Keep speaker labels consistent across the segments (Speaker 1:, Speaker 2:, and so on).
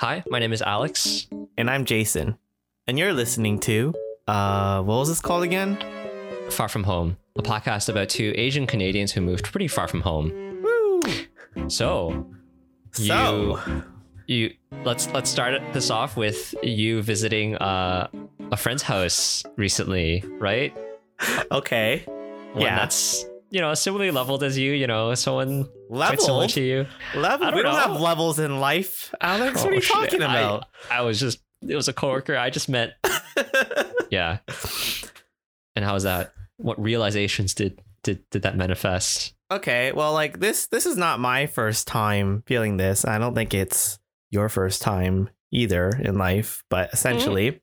Speaker 1: Hi, my name is Alex.
Speaker 2: And I'm Jason. And you're listening to, uh, what was this called again?
Speaker 1: Far From Home, a podcast about two Asian Canadians who moved pretty far from home.
Speaker 2: Woo!
Speaker 1: So,
Speaker 2: So,
Speaker 1: you let's let's start this off with you visiting uh, a friend's house recently, right?
Speaker 2: okay.
Speaker 1: One
Speaker 2: Yeah.
Speaker 1: that's you know similarly leveled as you. You know, someone quite similar
Speaker 2: Level.
Speaker 1: to you.
Speaker 2: Level.
Speaker 1: I don't
Speaker 2: we don't
Speaker 1: know.
Speaker 2: have levels in life, Alex.
Speaker 1: Oh,
Speaker 2: what are you
Speaker 1: shit.
Speaker 2: talking
Speaker 1: I-
Speaker 2: about?
Speaker 1: I was just it was a coworker. I just met. Yeah. And how was that? What realizations did did did that manifest?
Speaker 2: okay. Well, like this, this is not my first time feeling this. I don't think it's your first time either in life, but essentially,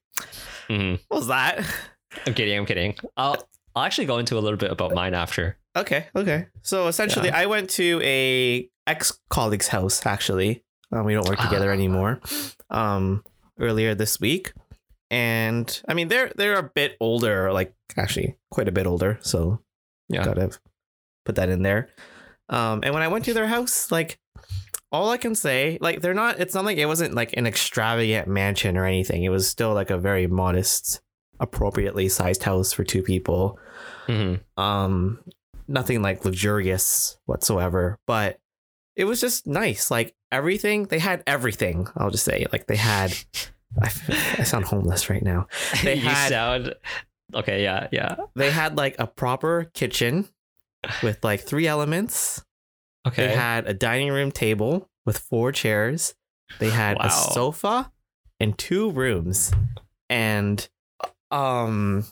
Speaker 1: hmm
Speaker 2: what was that?
Speaker 1: I'm kidding. I'm kidding. I'll I'll actually go into a little bit about mine after.
Speaker 2: Okay, okay. So essentially, I went to a ex colleague's house. Actually, um, we don't work together
Speaker 1: Ah.
Speaker 2: anymore. Um, earlier this week, and I mean they're they're a bit older, like actually quite a bit older. So
Speaker 1: Yeah.
Speaker 2: gotta put that in there. Um, and when I went to their house, like all I can say, like they're not. It's not like it wasn't like an extravagant mansion or anything. It was still like a very modest, appropriately sized house for two people
Speaker 1: hmm
Speaker 2: um nothing like luxurious whatsoever but it was just nice like everything they had everything i'll just say like they had I, f- I sound homeless right now They
Speaker 1: you
Speaker 2: had-
Speaker 1: sound okay. Yeah, yeah.
Speaker 2: they had like a proper kitchen with like three elements
Speaker 1: Okay.
Speaker 2: they had a dining room table with four chairs they had
Speaker 1: Wow.
Speaker 2: a sofa and two rooms and um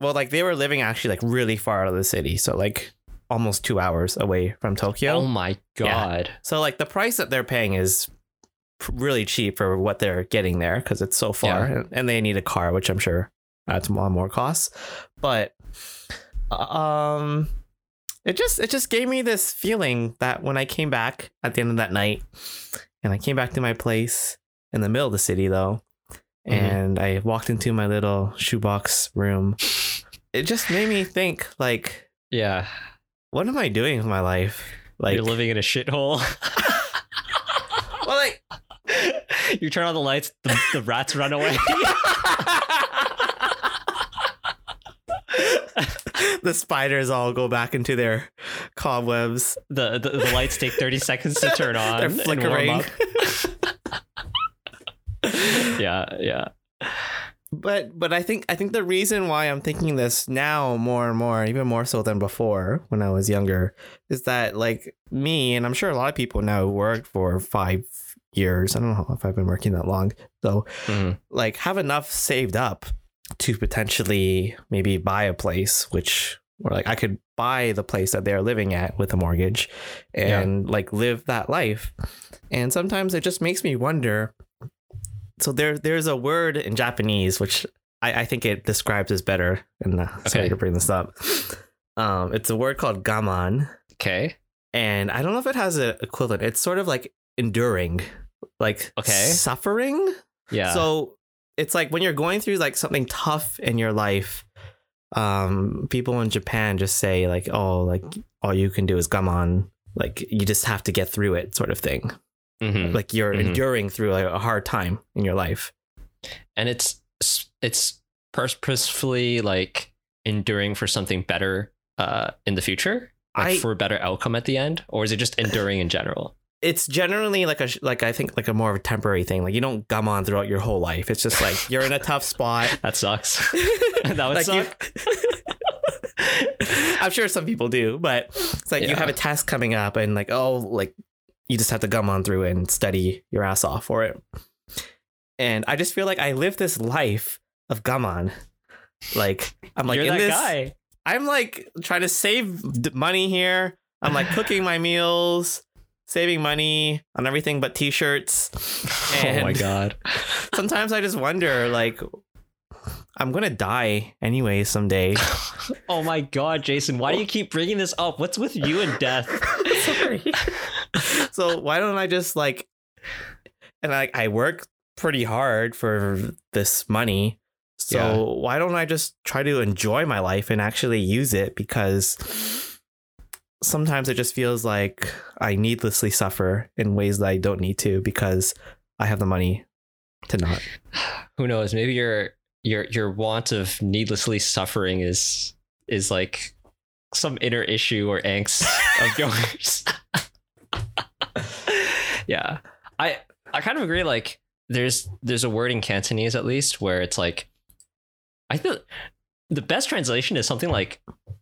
Speaker 2: well like they were living actually like really far out of the city so like almost two hours away from tokyo
Speaker 1: oh my god.
Speaker 2: so like the price that they're paying is pr- really cheap for what they're getting there because it's so far,
Speaker 1: Yeah.
Speaker 2: and, and they need a car, which I'm sure adds more more costs. But um, it just it just gave me this feeling that when I came back at the end of that night, and I came back to my place in the middle of the city though,
Speaker 1: Mhm.
Speaker 2: and I walked into my little shoebox room, it just made me think like.
Speaker 1: Yeah.
Speaker 2: What am I doing with my life? Like
Speaker 1: You're living in a shithole.
Speaker 2: well, like
Speaker 1: you turn on the lights, the, the rats run away.
Speaker 2: the spiders all go back into their cobwebs.
Speaker 1: the, the the lights take 30 seconds to turn on.
Speaker 2: They're
Speaker 1: and warm
Speaker 2: flickering.
Speaker 1: up. Yeah, yeah.
Speaker 2: But but I think I think the reason why I'm thinking this now more and more, even more so than before when I was younger, is that like me and I'm sure a lot of people now who work for five years. I don't know if I've been working that long. So
Speaker 1: Mhm.
Speaker 2: like have enough saved up to potentially maybe buy a place which or like I could buy the place that they're living at with a mortgage
Speaker 1: Yeah.
Speaker 2: and like live that life. And sometimes it just makes me wonder. So there there's a word in Japanese which I, I think it describes this better and uh,
Speaker 1: Okay.
Speaker 2: sorry to bring this up. Um, it's a word called gaman
Speaker 1: Okay.
Speaker 2: and I don't know if it has an equivalent. It's sort of like enduring, like
Speaker 1: Okay.
Speaker 2: suffering.
Speaker 1: Yeah.
Speaker 2: So it's like when you're going through like something tough in your life, um, people in Japan just say like, "Oh, like all you can do is come on." Like you just have to get through it, sort of thing.
Speaker 1: Mhm.
Speaker 2: Like you're
Speaker 1: Mhm.
Speaker 2: enduring through like, a hard time in your life.
Speaker 1: and it's it's purposefully like enduring for something better uh in the future like
Speaker 2: I-
Speaker 1: for a better outcome at the end or is it just enduring in general
Speaker 2: It's generally like a sh- like I think like a more of a temporary thing. Like you don't gum on throughout your whole life. It's just like you're in a tough spot.
Speaker 1: that sucks
Speaker 2: that
Speaker 1: would suck.
Speaker 2: I'm sure some people do, but it's like you
Speaker 1: Yeah.
Speaker 2: have a test coming up and like, oh, like you just have to gum on through and study your ass off for it. And I just feel like I live this life of gum on. Like I'm like
Speaker 1: you're
Speaker 2: in
Speaker 1: that
Speaker 2: this,
Speaker 1: guy
Speaker 2: I'm like trying to save d- money here. I'm like cooking my meals, saving money on everything but t-shirts.
Speaker 1: oh my
Speaker 2: And-
Speaker 1: god
Speaker 2: sometimes I just wonder, like, I'm gonna die anyway someday.
Speaker 1: oh my god jason why do you
Speaker 2: Oh.
Speaker 1: keep bringing this up what's with you and death
Speaker 2: Sorry. so why don't I just like, and I I work pretty hard for this money. So
Speaker 1: Yeah.
Speaker 2: why don't I just try to enjoy my life and actually use it? Because sometimes it just feels like I needlessly suffer in ways that I don't need to because I have the money to not.
Speaker 1: Who knows? Maybe your your your want of needlessly suffering is is like some inner issue or angst of yours. yeah. I I kind of agree like there's there's a word in Cantonese at least where it's like I think the best translation is something like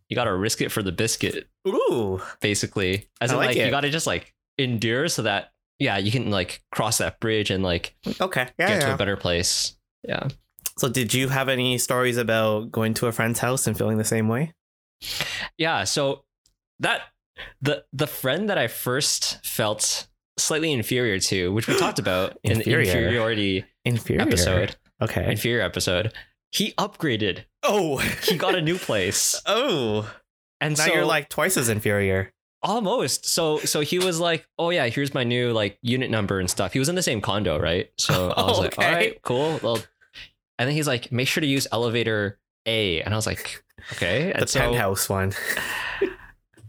Speaker 1: you got to risk it for the biscuit
Speaker 2: Ooh,
Speaker 1: basically as
Speaker 2: I
Speaker 1: in
Speaker 2: like
Speaker 1: like
Speaker 2: it.
Speaker 1: you got to just like endure so that yeah, you can like cross that bridge and like
Speaker 2: okay, yeah,
Speaker 1: get to
Speaker 2: yeah.
Speaker 1: a better place. Yeah.
Speaker 2: So, did you have any stories about going to a friend's house and feeling the same way?
Speaker 1: yeah so that the the friend that i first felt slightly inferior to which we talked about in the
Speaker 2: Inferior.
Speaker 1: inferiority
Speaker 2: Inferior
Speaker 1: episode
Speaker 2: Okay.
Speaker 1: inferior episode he upgraded
Speaker 2: Oh,
Speaker 1: he got a new place
Speaker 2: oh.
Speaker 1: and
Speaker 2: Now
Speaker 1: so
Speaker 2: you're like twice as inferior.
Speaker 1: almost so so he was like oh yeah here's my new like unit number and stuff he was in the same condo right so i was like all
Speaker 2: Okay.
Speaker 1: right cool well and then he's like make sure to use elevator a and i was like okay
Speaker 2: The
Speaker 1: and so
Speaker 2: penthouse one.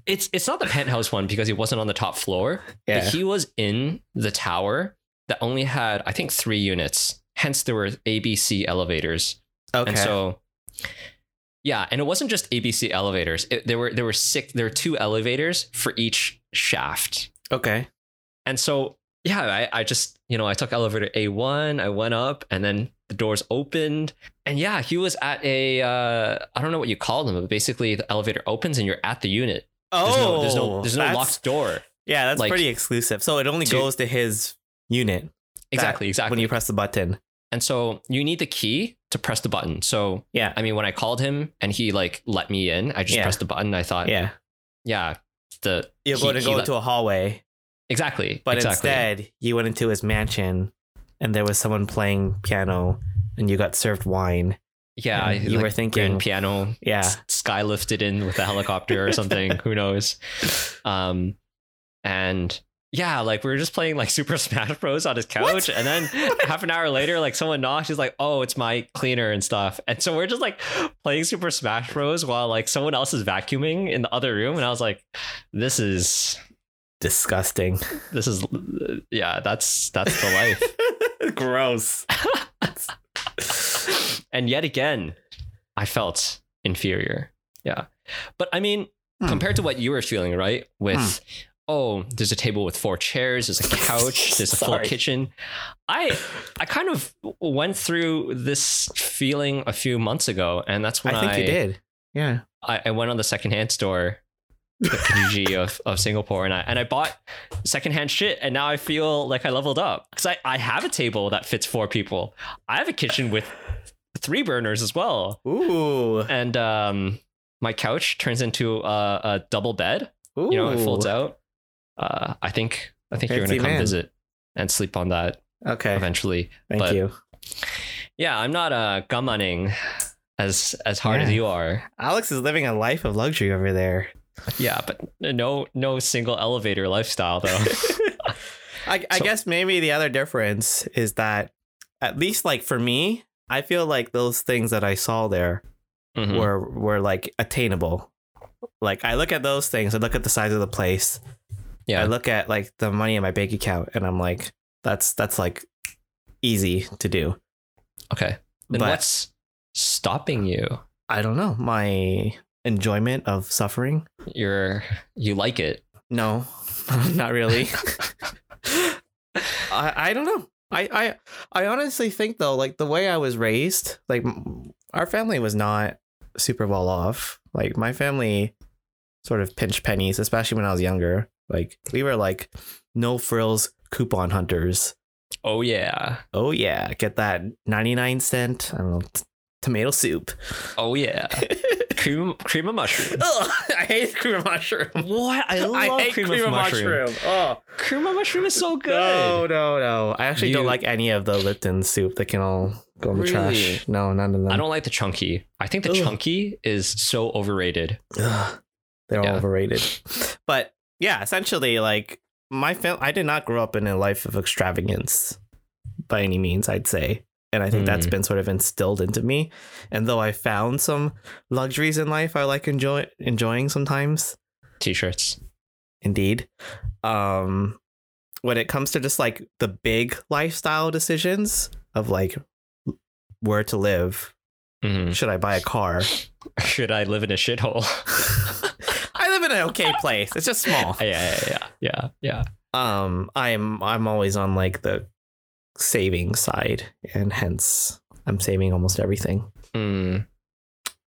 Speaker 1: it's it's not the penthouse one because he wasn't on the top floor But
Speaker 2: Yeah.
Speaker 1: he was in the tower that only had, I think, three units. Hence, there were ABC elevators.
Speaker 2: Okay.
Speaker 1: And so, yeah, and it wasn't just ABC elevators. It, there were there were six. There were two elevators for each shaft.
Speaker 2: okay.
Speaker 1: And so, yeah, I, I just you know I took elevator A one. I went up, and then the doors opened, and yeah, he was at a uh, I don't know what you call them, but basically the elevator opens and you're at the unit. There's no, there's no there's no
Speaker 2: Oh. that's-
Speaker 1: locked door.
Speaker 2: Yeah, that's
Speaker 1: like,
Speaker 2: pretty exclusive. So it only
Speaker 1: to-
Speaker 2: goes to his unit
Speaker 1: Exactly, exactly.
Speaker 2: when you press the button.
Speaker 1: And so you need the key to press the button. So
Speaker 2: Yeah.
Speaker 1: I mean, when I called him and he like let me in, I just
Speaker 2: Yeah.
Speaker 1: pressed the button. I thought, yeah,
Speaker 2: Yeah.
Speaker 1: the
Speaker 2: You're
Speaker 1: he-
Speaker 2: going to
Speaker 1: he
Speaker 2: go
Speaker 1: let-
Speaker 2: into a hallway,
Speaker 1: exactly,
Speaker 2: but
Speaker 1: exactly.
Speaker 2: instead you went into his mansion and there was someone playing piano and you got served wine.
Speaker 1: yeah,
Speaker 2: and
Speaker 1: I,
Speaker 2: you
Speaker 1: like,
Speaker 2: were thinking-
Speaker 1: grand piano,
Speaker 2: Yeah.
Speaker 1: s- sky lifted in with a helicopter or something. Who knows? Um, and yeah, like we were just playing like Super Smash Bros on his couch, and then half an hour later, like someone knocks. He's like, "Oh, it's my cleaner and stuff." And so we're just like playing Super Smash Bros while like someone else is vacuuming in the other room, and I was like, "This is
Speaker 2: Disgusting.
Speaker 1: this is yeah, that's that's the life."
Speaker 2: Gross.
Speaker 1: and yet again, I felt inferior. Yeah. But I mean,
Speaker 2: Hmm.
Speaker 1: compared to what you were feeling, right? With, oh, there's a table with four chairs, there's a couch, there's a full
Speaker 2: Sorry.
Speaker 1: kitchen. I I kind of went through this feeling a few months ago, and that's when I
Speaker 2: I think you did. Yeah.
Speaker 1: I, I went on the secondhand store, the Kijiji of, of Singapore, and I and I bought secondhand shit, and now I feel like I leveled up because I, I have a table that fits four people. I have a kitchen with three burners as well,
Speaker 2: Ooh.
Speaker 1: and um, my couch turns into a, a double bed.
Speaker 2: Ooh.
Speaker 1: You know, it folds out. Uh, I think I think you're
Speaker 2: Fancy
Speaker 1: gonna come
Speaker 2: man.
Speaker 1: visit and sleep on that
Speaker 2: Okay.
Speaker 1: eventually.
Speaker 2: Thank
Speaker 1: but-
Speaker 2: you.
Speaker 1: Yeah, I'm not uh gummoning as as hard as
Speaker 2: Yeah.
Speaker 1: you are.
Speaker 2: Alex is living a life of luxury over there.
Speaker 1: Yeah, but no no single elevator lifestyle though.
Speaker 2: I, I
Speaker 1: So-
Speaker 2: guess maybe the other difference is that, at least like for me, I feel like those things that I saw there
Speaker 1: Mhm.
Speaker 2: were were like attainable. Like I look at those things, I look at the size of the place,
Speaker 1: Yeah.
Speaker 2: I look at like the money in my bank account, and I'm like, that's that's like easy to do.
Speaker 1: okay. Then
Speaker 2: but
Speaker 1: what's stopping you?
Speaker 2: I don't know my enjoyment of suffering.
Speaker 1: You're you like it.
Speaker 2: No, not really. I I don't know. I I I honestly think though, like the way I was raised, like m- our family was not super well off. Like my family sort of pinched pennies, especially when I was younger. Like we were like no frills coupon hunters.
Speaker 1: Oh yeah.
Speaker 2: Oh yeah, get that ninety nine cent. I don't know. T- tomato soup.
Speaker 1: Oh yeah. cream cream of mushroom.
Speaker 2: Ugh, I hate cream of mushroom.
Speaker 1: What? I love
Speaker 2: I hate
Speaker 1: cream, of, mushroom.
Speaker 2: Oh.
Speaker 1: Cream of mushroom is so good.
Speaker 2: No, no, no. I actually don't
Speaker 1: You-
Speaker 2: like any of the Lipton soup that can all go in the
Speaker 1: Really?
Speaker 2: trash. No, none of them.
Speaker 1: I don't like the chunky. I think the
Speaker 2: Ugh.
Speaker 1: chunky is so overrated.
Speaker 2: Ugh. they're
Speaker 1: Yeah.
Speaker 2: all overrated. But yeah, essentially, like my fam- I did not grow up in a life of extravagance by any means. I'd say. And I think that's
Speaker 1: Hmm.
Speaker 2: been sort of instilled into me. And though I found some luxuries in life, I like enjoy enjoying sometimes.
Speaker 1: T-shirts.
Speaker 2: Indeed, um, when it comes to just like the big lifestyle decisions of like where to live,
Speaker 1: Mhm.
Speaker 2: should I buy a car?
Speaker 1: Should I live in a shithole?
Speaker 2: I live in an okay place. It's just small.
Speaker 1: yeah, yeah, yeah, yeah, yeah.
Speaker 2: Um, I'm I'm always on like the saving side, and hence I'm saving almost everything.
Speaker 1: Mm.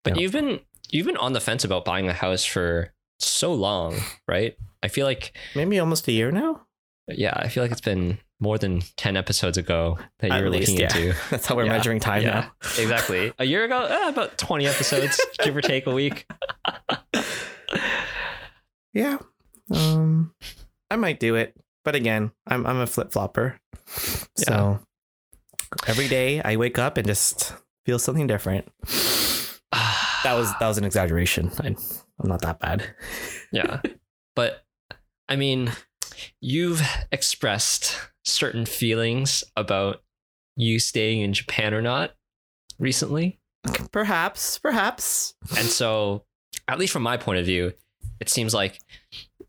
Speaker 1: But
Speaker 2: Yeah.
Speaker 1: you've been you've been on the fence about buying a house for so long, right? I feel like
Speaker 2: Maybe almost a year now.
Speaker 1: yeah, I feel like it's been more than ten episodes ago that you
Speaker 2: At
Speaker 1: were
Speaker 2: least,
Speaker 1: looking
Speaker 2: yeah.
Speaker 1: into.
Speaker 2: That's how we're
Speaker 1: Yeah,
Speaker 2: measuring time
Speaker 1: yeah.
Speaker 2: now.
Speaker 1: Exactly. A year ago, eh, about twenty episodes, give or take a week.
Speaker 2: Yeah. Um, I might do it, but again, I'm I'm a flip flopper, so every day I wake up and just feel something different. That was that was an exaggeration. I, I'm not that bad.
Speaker 1: yeah. But I mean, you've expressed certain feelings about you staying in Japan or not recently.
Speaker 2: Perhaps, perhaps.
Speaker 1: And so, at least from my point of view, it seems like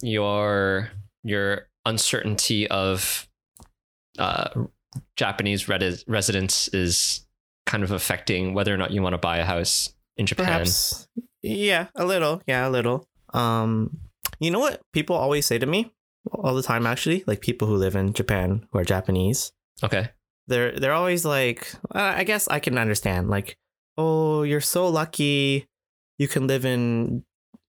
Speaker 1: your your uncertainty of uh, Japanese redi- residence is kind of affecting whether or not you want to buy a house in Japan.
Speaker 2: Perhaps. Yeah, a little. Yeah, a little. Um, you know what people always say to me all the time, actually, like people who live in Japan who are Japanese,
Speaker 1: Okay.
Speaker 2: they're they're always like, uh, I guess I can understand, like, oh, you're so lucky, you can live in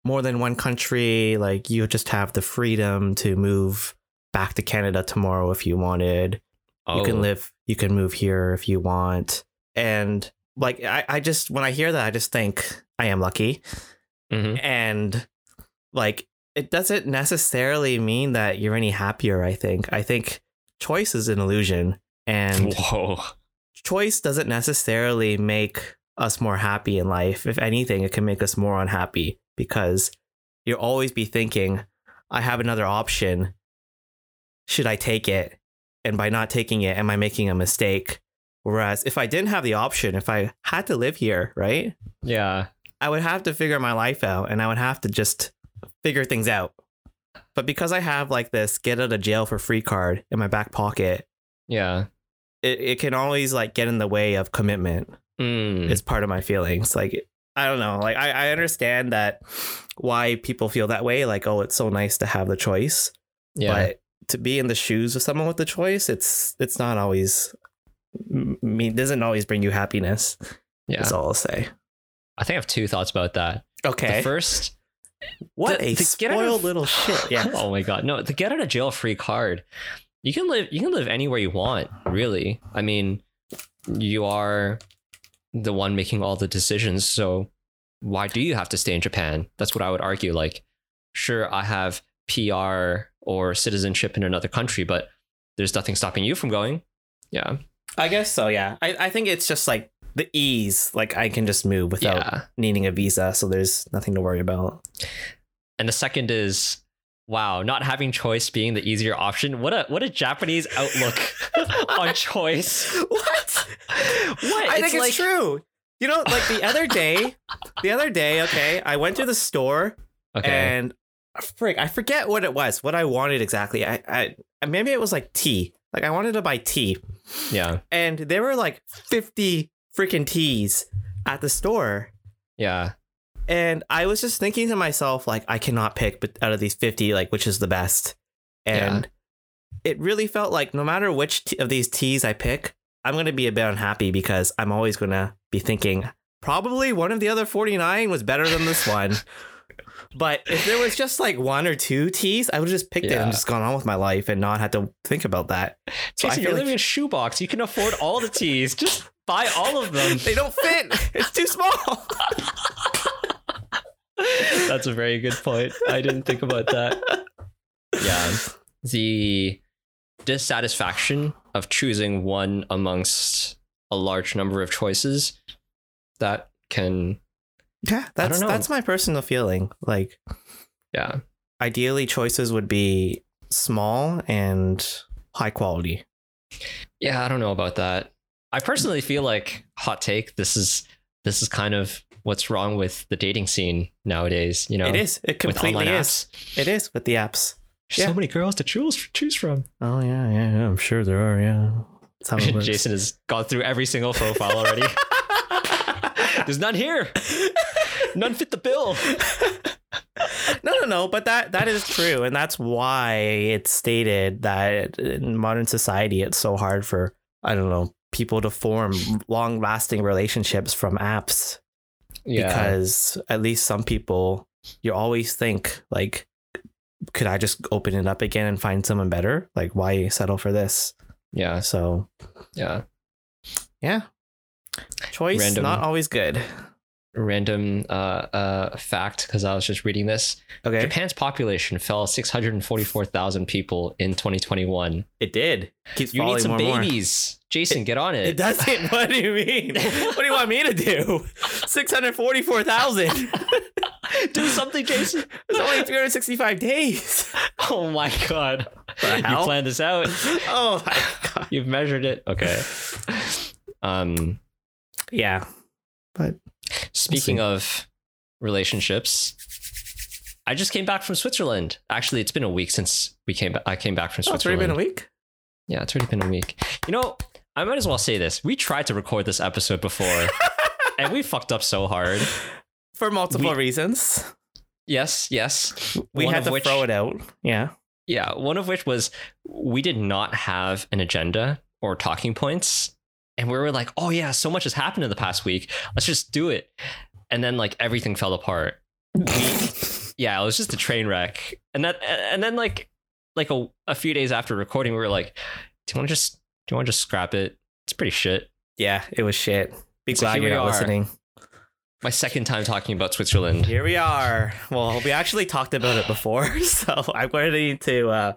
Speaker 2: more than one country, like you just have the freedom to move back to Canada tomorrow if you wanted
Speaker 1: Oh,
Speaker 2: you can live you can move here if you want and like I, I just when i hear that i just think i am lucky
Speaker 1: mhm.
Speaker 2: and like it doesn't necessarily mean that you're any happier i think i think choice is an illusion and
Speaker 1: Whoa.
Speaker 2: choice doesn't necessarily make us more happy in life. If anything, it can make us more unhappy because you'll always be thinking, I have another option. Should I take it? And by not taking it, am I making a mistake? Whereas if I didn't have the option, if I had to live here, right?
Speaker 1: Yeah.
Speaker 2: I would have to figure my life out and I would have to just figure things out. But because I have like this get out of jail for free card in my back pocket,
Speaker 1: Yeah.
Speaker 2: it, it can always like get in the way of commitment
Speaker 1: Mm.
Speaker 2: is part of my feelings like i don't know like I, I understand that why people feel that way like oh it's so nice to have the choice
Speaker 1: Yeah.
Speaker 2: but to be in the shoes of someone with the choice it's it's not always m- mean doesn't always bring you happiness
Speaker 1: yeah.
Speaker 2: that's all i'll say
Speaker 1: I think I have two thoughts about that.
Speaker 2: okay
Speaker 1: The first,
Speaker 2: what
Speaker 1: the-
Speaker 2: a
Speaker 1: the get out
Speaker 2: spoiled
Speaker 1: of-
Speaker 2: little shit yeah
Speaker 1: oh my god. No, the get out of jail free card. You can live you can live anywhere you want, really. I mean, you are the one making all the decisions, so why do you have to stay in Japan? That's what I would argue. Like, sure, I have PR or citizenship in another country, but there's nothing stopping you from going. Yeah.
Speaker 2: i guess so yeah I, I think it's just like the ease like i can just move without
Speaker 1: Yeah.
Speaker 2: needing a visa so there's nothing to worry about
Speaker 1: And the second is wow, not having choice being the easier option. What a what a Japanese outlook on choice.
Speaker 2: what
Speaker 1: What?
Speaker 2: I think it's true. You know, like the other day, the other day, okay, I went to the store
Speaker 1: Okay.
Speaker 2: and frick, I forget what it was, what I wanted exactly. I, I and maybe it was like tea. Like I wanted to buy tea,
Speaker 1: yeah.
Speaker 2: and there were like fifty freaking teas at the store,
Speaker 1: Yeah.
Speaker 2: and I was just thinking to myself, like, I cannot pick, but out of these fifty, like, which is the best, and it really felt like no matter which t- of these teas I pick, I'm going to be a bit unhappy because I'm always going to be thinking probably one of the other 49 was better than this one. But if there was just like one or two teas, I would have just picked it
Speaker 1: Yeah.
Speaker 2: and just gone on with my life and not had to think about that. So I
Speaker 1: Jason,
Speaker 2: feel
Speaker 1: you're
Speaker 2: like-
Speaker 1: living in a shoebox. You can afford all the teas. Just buy all of them.
Speaker 2: They don't fit. It's too small.
Speaker 1: That's a very good point. I didn't think about that. Yeah. The dissatisfaction of choosing one amongst a large number of choices that can
Speaker 2: Yeah, that's
Speaker 1: know.
Speaker 2: that's my personal feeling. Like
Speaker 1: yeah.
Speaker 2: ideally choices would be small and high quality.
Speaker 1: Yeah, I don't know about that. I personally feel like hot take, this is this is kind of what's wrong with the dating scene nowadays, you know.
Speaker 2: It is. It
Speaker 1: with
Speaker 2: completely
Speaker 1: online
Speaker 2: is.
Speaker 1: apps.
Speaker 2: It is with the apps.
Speaker 1: There's
Speaker 2: Yeah.
Speaker 1: so many girls to choose choose from.
Speaker 2: Oh yeah, yeah, yeah. I'm sure there are. Yeah. Some of us-
Speaker 1: Jason has gone through every single profile already. There's none here. None fit the bill.
Speaker 2: no, no, no. But that that is true, and that's why it's stated that in modern society, it's so hard for I don't know people to form long lasting relationships from apps because at least some people you always think like could i just open it up again and find someone better like why settle for this
Speaker 1: yeah,
Speaker 2: so
Speaker 1: yeah.
Speaker 2: yeah choice
Speaker 1: Random.
Speaker 2: not always good
Speaker 1: Random uh, uh, fact because I was just reading this.
Speaker 2: okay
Speaker 1: Japan's population fell 644,000 people in 2021.
Speaker 2: it did keeps
Speaker 1: You
Speaker 2: falling
Speaker 1: need some
Speaker 2: more and more
Speaker 1: babies. Jason, get on
Speaker 2: it
Speaker 1: it.
Speaker 2: doesn't what do you mean what do you want me to do 644000
Speaker 1: Do something, Jason.
Speaker 2: it's only 365 days
Speaker 1: Oh my god.
Speaker 2: The
Speaker 1: You
Speaker 2: hell?
Speaker 1: planned this out.
Speaker 2: oh my god
Speaker 1: You've measured it. Okay. Um
Speaker 2: yeah
Speaker 1: speaking of relationships, I just came back from Switzerland. Actually, it's been a week since we came back. I came back from
Speaker 2: oh, it's already
Speaker 1: Switzerland.
Speaker 2: been a week
Speaker 1: Yeah, it's already been a week. You know, I might as well say this. We tried to record this episode before and we fucked up so hard.
Speaker 2: for multiple
Speaker 1: We-
Speaker 2: reasons
Speaker 1: Yes, yes.
Speaker 2: we
Speaker 1: One
Speaker 2: had
Speaker 1: of
Speaker 2: to
Speaker 1: which-
Speaker 2: throw it out yeah
Speaker 1: Yeah, one of which was we did not have an agenda or talking points. And we were like, oh, yeah, so much has happened in the past week. Let's just do it. And then, like, everything fell apart. Yeah, it was just a train wreck. And that, and then, like, like a, a few days after recording, we were like, do you want to just, do you want to just scrap it? It's pretty shit.
Speaker 2: Yeah, it was shit. Be
Speaker 1: So
Speaker 2: glad
Speaker 1: here
Speaker 2: you're
Speaker 1: we
Speaker 2: not
Speaker 1: are.
Speaker 2: listening.
Speaker 1: My second time talking about Switzerland.
Speaker 2: Here we are. Well, we actually talked about it before, so I'm going to need to uh,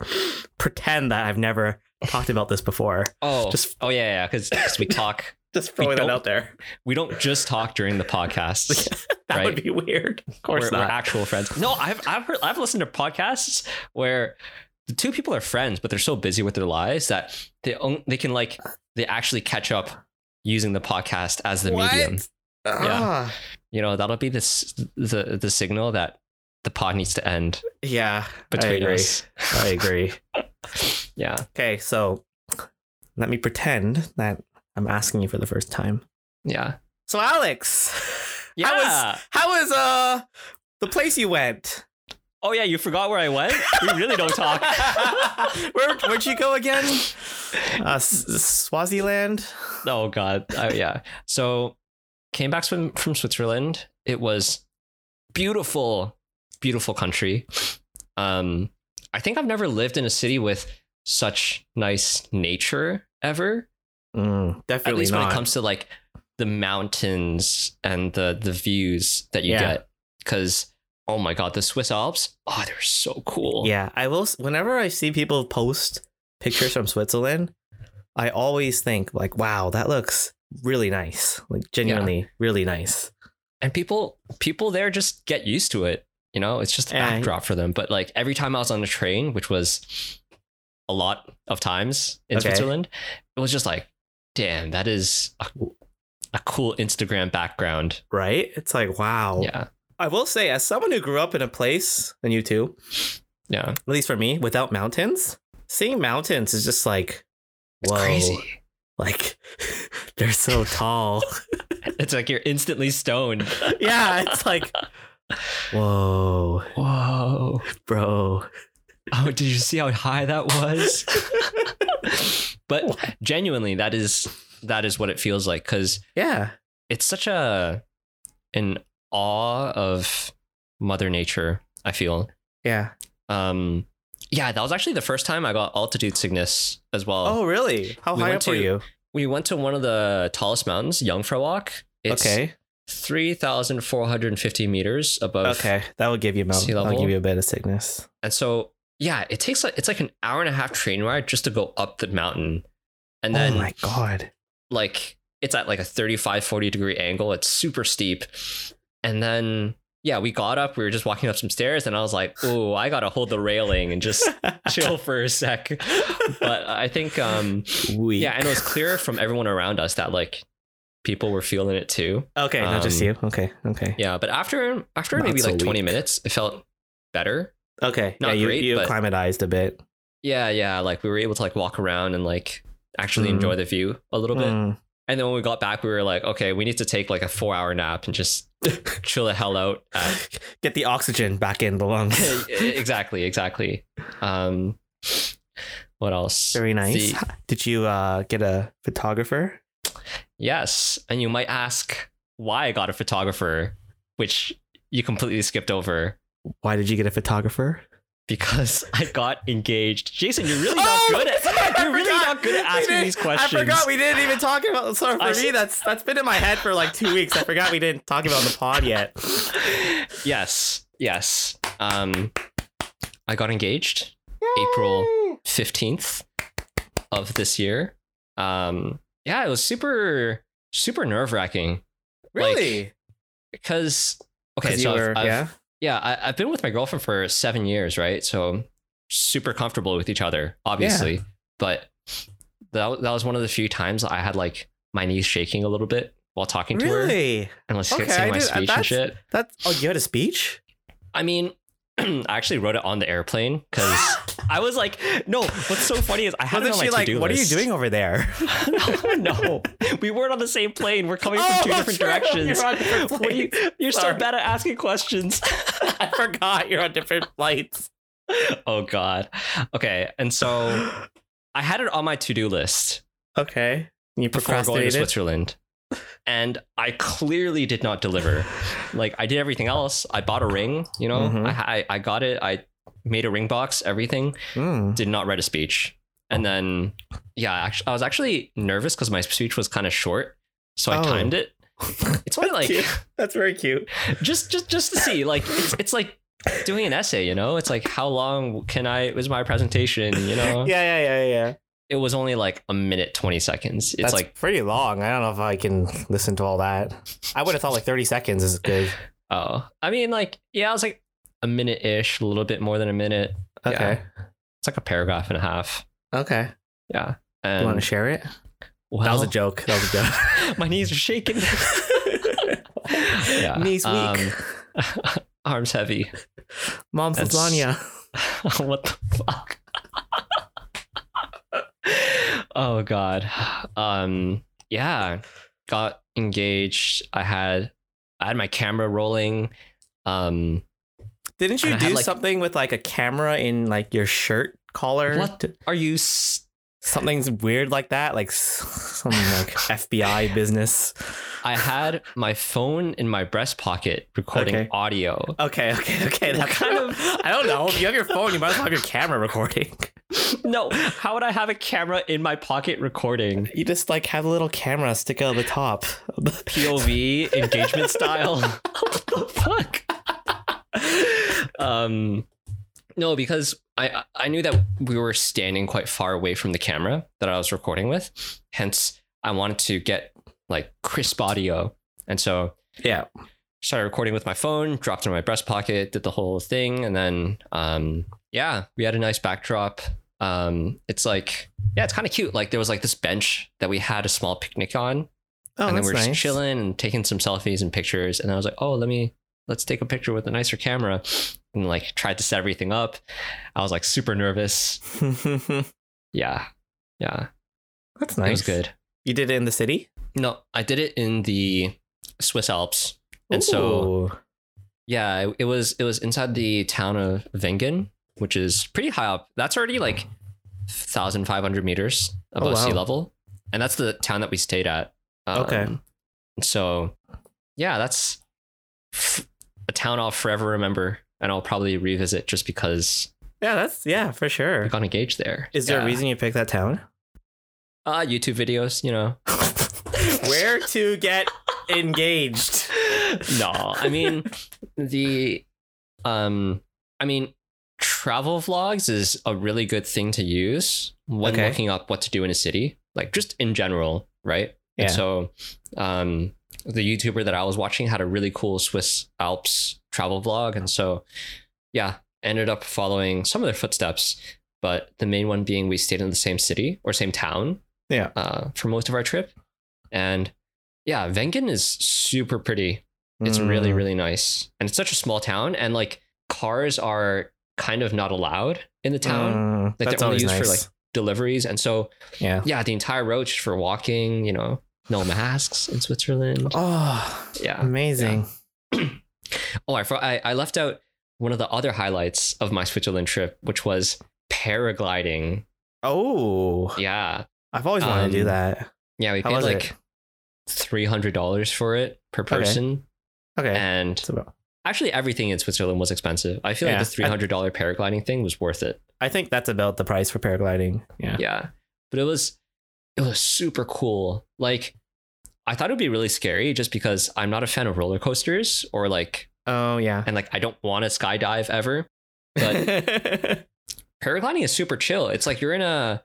Speaker 2: pretend that I've never talked about this before.
Speaker 1: Oh,
Speaker 2: Just-
Speaker 1: oh yeah, yeah, because we talk.
Speaker 2: Just
Speaker 1: We
Speaker 2: throwing that
Speaker 1: don't-
Speaker 2: out there.
Speaker 1: We don't just talk during the podcast.
Speaker 2: That would
Speaker 1: Right.
Speaker 2: be weird. Of course
Speaker 1: we're, we're
Speaker 2: not.
Speaker 1: actual friends. No, I've I've heard I've listened to podcasts where the two people are friends, but they're so busy with their lives that they own, they can like they actually catch up using the podcast as the
Speaker 2: What?
Speaker 1: medium.
Speaker 2: Ah.
Speaker 1: You know, that'll be this the the signal that the pod needs to end
Speaker 2: yeah. I
Speaker 1: between
Speaker 2: agree.
Speaker 1: us.
Speaker 2: I agree.
Speaker 1: Yeah.
Speaker 2: Okay, so let me pretend that I'm asking you for the first time.
Speaker 1: Yeah.
Speaker 2: So, Alex,
Speaker 1: Yeah.
Speaker 2: how was how was uh the place you went?
Speaker 1: oh yeah, you forgot where I went? We really don't talk.
Speaker 2: Where, where'd you go again? Uh, S- S- Swaziland.
Speaker 1: oh god I, yeah so came back from, from switzerland it was beautiful beautiful country um i think i've never lived in a city with such nice nature ever
Speaker 2: Mm, definitely
Speaker 1: at least
Speaker 2: not.
Speaker 1: when it comes to like the mountains and the the views that you
Speaker 2: Yeah.
Speaker 1: get because oh my god the swiss alps oh they're so cool
Speaker 2: yeah, I will. s- Whenever I see people post pictures from Switzerland, I always think like, "Wow, that looks really nice. Like genuinely really nice."
Speaker 1: and people people there just get used to it you know it's just a
Speaker 2: Yeah.
Speaker 1: backdrop for them but like every time i was on the train which was a lot of times in
Speaker 2: Okay.
Speaker 1: switzerland it was just like damn that is a, a cool instagram background
Speaker 2: Right? It's like, wow.
Speaker 1: yeah
Speaker 2: I will say, as someone who grew up in a place, and you too,
Speaker 1: yeah
Speaker 2: at least for me, without mountains, seeing mountains is just like,
Speaker 1: it's
Speaker 2: whoa.
Speaker 1: crazy
Speaker 2: Like, they're so tall.
Speaker 1: it's like you're instantly stoned
Speaker 2: yeah, it's like, whoa,
Speaker 1: whoa
Speaker 2: bro.
Speaker 1: oh did you see how high that was but genuinely that is that is what it feels like because
Speaker 2: Yeah.
Speaker 1: it's such a an awe of mother nature i feel
Speaker 2: Yeah.
Speaker 1: um yeah that was actually the first time i got altitude sickness as well
Speaker 2: Oh, really? How
Speaker 1: We
Speaker 2: high
Speaker 1: went
Speaker 2: up were
Speaker 1: to-
Speaker 2: you?
Speaker 1: we went to one of the tallest mountains jungfraujoch it's
Speaker 2: okay.
Speaker 1: 3450 meters above
Speaker 2: Okay. That will give you mount.
Speaker 1: sea
Speaker 2: That'll
Speaker 1: level?
Speaker 2: give you a bit of sickness.
Speaker 1: and so yeah it takes like it's like an hour and a half train ride just to go up the mountain and then
Speaker 2: oh my god.
Speaker 1: like it's at like a 35 40 degree angle it's super steep and then yeah we got up we were just walking up some stairs and i was like oh i gotta hold the railing and just chill for a sec but i think um
Speaker 2: Weak.
Speaker 1: yeah and it was clear from everyone around us that like people were feeling it too
Speaker 2: Okay, not just
Speaker 1: Um,
Speaker 2: you. Okay. Okay.
Speaker 1: yeah but after after
Speaker 2: Not
Speaker 1: maybe
Speaker 2: so
Speaker 1: like 20
Speaker 2: weak.
Speaker 1: minutes it felt better
Speaker 2: Okay.
Speaker 1: Not
Speaker 2: yeah, you,
Speaker 1: great,
Speaker 2: you
Speaker 1: but-
Speaker 2: acclimatized a bit.
Speaker 1: Yeah, yeah. Like we were able to like walk around and like actually
Speaker 2: Mhm.
Speaker 1: enjoy the view a little bit.
Speaker 2: Mm.
Speaker 1: And then when we got back, we were like, okay, we need to take like a four hour nap and just chill the hell out. at- E,
Speaker 2: Get the oxygen back in the lungs.
Speaker 1: exactly, exactly. Um, what else?
Speaker 2: Very nice.
Speaker 1: The-
Speaker 2: Did you uh, get a photographer?
Speaker 1: Yes. And you might ask why I got a photographer, which you completely skipped over
Speaker 2: Why did you get a photographer?
Speaker 1: because I got engaged. Jason, you're really
Speaker 2: Oh,
Speaker 1: not good at you're really not good at asking these questions.
Speaker 2: I forgot we didn't even talk about. Sorry for
Speaker 1: I
Speaker 2: me.
Speaker 1: s-
Speaker 2: That's that's been in my head for like two weeks. I forgot we didn't talk about the pod yet.
Speaker 1: yes. Yes. Um I got engaged April. 15th of this year. Um yeah, it was super super nerve-wracking
Speaker 2: Really?
Speaker 1: because okay,
Speaker 2: 'Cause
Speaker 1: so
Speaker 2: you
Speaker 1: I've-
Speaker 2: were-
Speaker 1: I've-
Speaker 2: yeah.
Speaker 1: Yeah, I, I've been with my girlfriend for seven years, right? So super comfortable with each other, obviously. But that, wa- that was one of the few times I had like my knees shaking a little bit while talking to her
Speaker 2: Really?
Speaker 1: and like
Speaker 2: Okay, I
Speaker 1: saying my
Speaker 2: did-
Speaker 1: speech and
Speaker 2: that's-
Speaker 1: shit.
Speaker 2: That's oh, you had a speech.
Speaker 1: I mean, I actually wrote it on the airplane because I was like, no, what's so funny is I had
Speaker 2: Wasn't
Speaker 1: it on
Speaker 2: she
Speaker 1: my
Speaker 2: like,
Speaker 1: to-do
Speaker 2: what are you
Speaker 1: list."
Speaker 2: doing over there?
Speaker 1: no, we weren't on the same plane. We're coming
Speaker 2: Oh,
Speaker 1: from two different
Speaker 2: true.
Speaker 1: directions.
Speaker 2: You're on different
Speaker 1: What are you,
Speaker 2: planes.
Speaker 1: you're so
Speaker 2: Sorry.
Speaker 1: bad at asking questions.
Speaker 2: I forgot you're on different flights.
Speaker 1: oh god okay and so i had it on my to-do list
Speaker 2: okay.
Speaker 1: before going to
Speaker 2: You procrastinated.
Speaker 1: switzerland and i clearly did not deliver like i did everything else i bought a ring you know
Speaker 2: Mhm.
Speaker 1: I, I i got it i made a ring box everything
Speaker 2: Mm.
Speaker 1: did not write a speech and then yeah actually, i was actually nervous because my speech was kind of short so i
Speaker 2: Oh.
Speaker 1: timed it it's only like
Speaker 2: Cute. That's very cute.
Speaker 1: just just just to see like it's, it's like doing an essay you know it's like how long can i is my presentation you know
Speaker 2: Yeah, yeah, yeah, yeah.
Speaker 1: it was only like a minute 20 seconds it's
Speaker 2: That's
Speaker 1: like
Speaker 2: pretty long. I don't know if I can listen to all that. I would have thought like 30 seconds is good.
Speaker 1: oh i mean like yeah i was like a minute ish a little bit more than a minute
Speaker 2: Okay.
Speaker 1: it's like a paragraph and a half
Speaker 2: Okay.
Speaker 1: yeah
Speaker 2: You want to
Speaker 1: and
Speaker 2: share it?
Speaker 1: well,
Speaker 2: that was a joke. That was a joke.
Speaker 1: my knees are shaking Yeah,
Speaker 2: Knees weak.
Speaker 1: um, arms heavy
Speaker 2: Mom's
Speaker 1: that's-
Speaker 2: lasagna.
Speaker 1: what the fuck oh god um yeah got engaged i had i had my camera rolling um
Speaker 2: Didn't you
Speaker 1: and I
Speaker 2: do
Speaker 1: had, like-
Speaker 2: something with like a camera in like your shirt collar?
Speaker 1: What? Are you? S-
Speaker 2: Something's weird like that, like s- some like FBI business.
Speaker 1: I had my phone in my breast pocket recording
Speaker 2: Okay.
Speaker 1: audio.
Speaker 2: Okay, okay, okay.
Speaker 1: What
Speaker 2: That's
Speaker 1: kind of-
Speaker 2: I don't know. If you have your phone, you might as well have your camera recording.
Speaker 1: No, how would I have a camera in my pocket recording?
Speaker 2: You just like have a little camera stick out of the top.
Speaker 1: POV engagement style. what the fuck? um, no, because I I- I knew that we were standing quite far away from the camera that I was recording with, hence I wanted to get like crisp audio, and so
Speaker 2: yeah.
Speaker 1: started recording with my phone, dropped it in my breast pocket, did the whole thing, and then um yeah, we had a nice backdrop. Um it's like yeah, it's kind of cute. Like there was like this bench that we had a small picnic on,
Speaker 2: Oh,
Speaker 1: and then
Speaker 2: that's
Speaker 1: we were
Speaker 2: nice.
Speaker 1: just chilling and taking some selfies and pictures. And I was like, oh, let me let's take a picture with a nicer camera, and like tried to set everything up. I was like super nervous.
Speaker 2: that's
Speaker 1: Yeah, yeah,
Speaker 2: nice.
Speaker 1: it was good.
Speaker 2: You did it in the city,
Speaker 1: No, I did it in the Swiss Alps, and so
Speaker 2: Ooh.
Speaker 1: Yeah, it, it was it was inside the town of Wengen, which is pretty high up. That's already like 1500 meters above sea
Speaker 2: Oh, wow.
Speaker 1: level. And that's the town that we stayed at. Um,
Speaker 2: Okay.
Speaker 1: So yeah, that's f- a town I'll forever remember and I'll probably revisit just because
Speaker 2: yeah, that's yeah for
Speaker 1: I
Speaker 2: sure.
Speaker 1: got engaged there.
Speaker 2: Is there
Speaker 1: Yeah.
Speaker 2: a reason you picked that town?
Speaker 1: Uh YouTube videos, you know.
Speaker 2: Where to get engaged?
Speaker 1: no, I mean the um I mean travel vlogs is a really good thing to use when
Speaker 2: Okay.
Speaker 1: looking up what to do in a city, like just in general, right?
Speaker 2: Yeah.
Speaker 1: And so um the YouTuber that I was watching had a really cool Swiss Alps travel vlog and so yeah, ended up following some of their footsteps, but the main one being we stayed in the same city or same town
Speaker 2: Yeah.
Speaker 1: uh, for most of our trip. And yeah, Wengen is super pretty. It's
Speaker 2: Mm.
Speaker 1: really, really nice. And it's such a small town. And like cars are kind of not allowed in the town.
Speaker 2: Mm,
Speaker 1: like
Speaker 2: that's
Speaker 1: they're only
Speaker 2: always
Speaker 1: used for
Speaker 2: nice.
Speaker 1: like deliveries, and so
Speaker 2: yeah.
Speaker 1: yeah, the entire road just for walking. You know, no masks in Switzerland.
Speaker 2: Oh,
Speaker 1: Yeah.
Speaker 2: amazing.
Speaker 1: Oh, I, for- I I left out one of the other highlights of my Switzerland trip, which was paragliding.
Speaker 2: Oh,
Speaker 1: Yeah,
Speaker 2: I've always wanted to do
Speaker 1: Um,
Speaker 2: that.
Speaker 1: yeah, we
Speaker 2: How
Speaker 1: paid
Speaker 2: was
Speaker 1: like
Speaker 2: it?
Speaker 1: three hundred dollars for it per
Speaker 2: Okay.
Speaker 1: person,
Speaker 2: Okay.
Speaker 1: and
Speaker 2: So,
Speaker 1: actually everything in Switzerland was expensive. I feel
Speaker 2: Yeah.
Speaker 1: like the three hundred dollar paragliding thing was worth it.
Speaker 2: I think that's about the price for paragliding. Yeah.
Speaker 1: yeah but it was it was super cool like i thought it would be really scary just because i'm not a fan of roller coasters or like
Speaker 2: Oh yeah.
Speaker 1: and like i don't want to skydive ever but paragliding is super chill it's like you're in a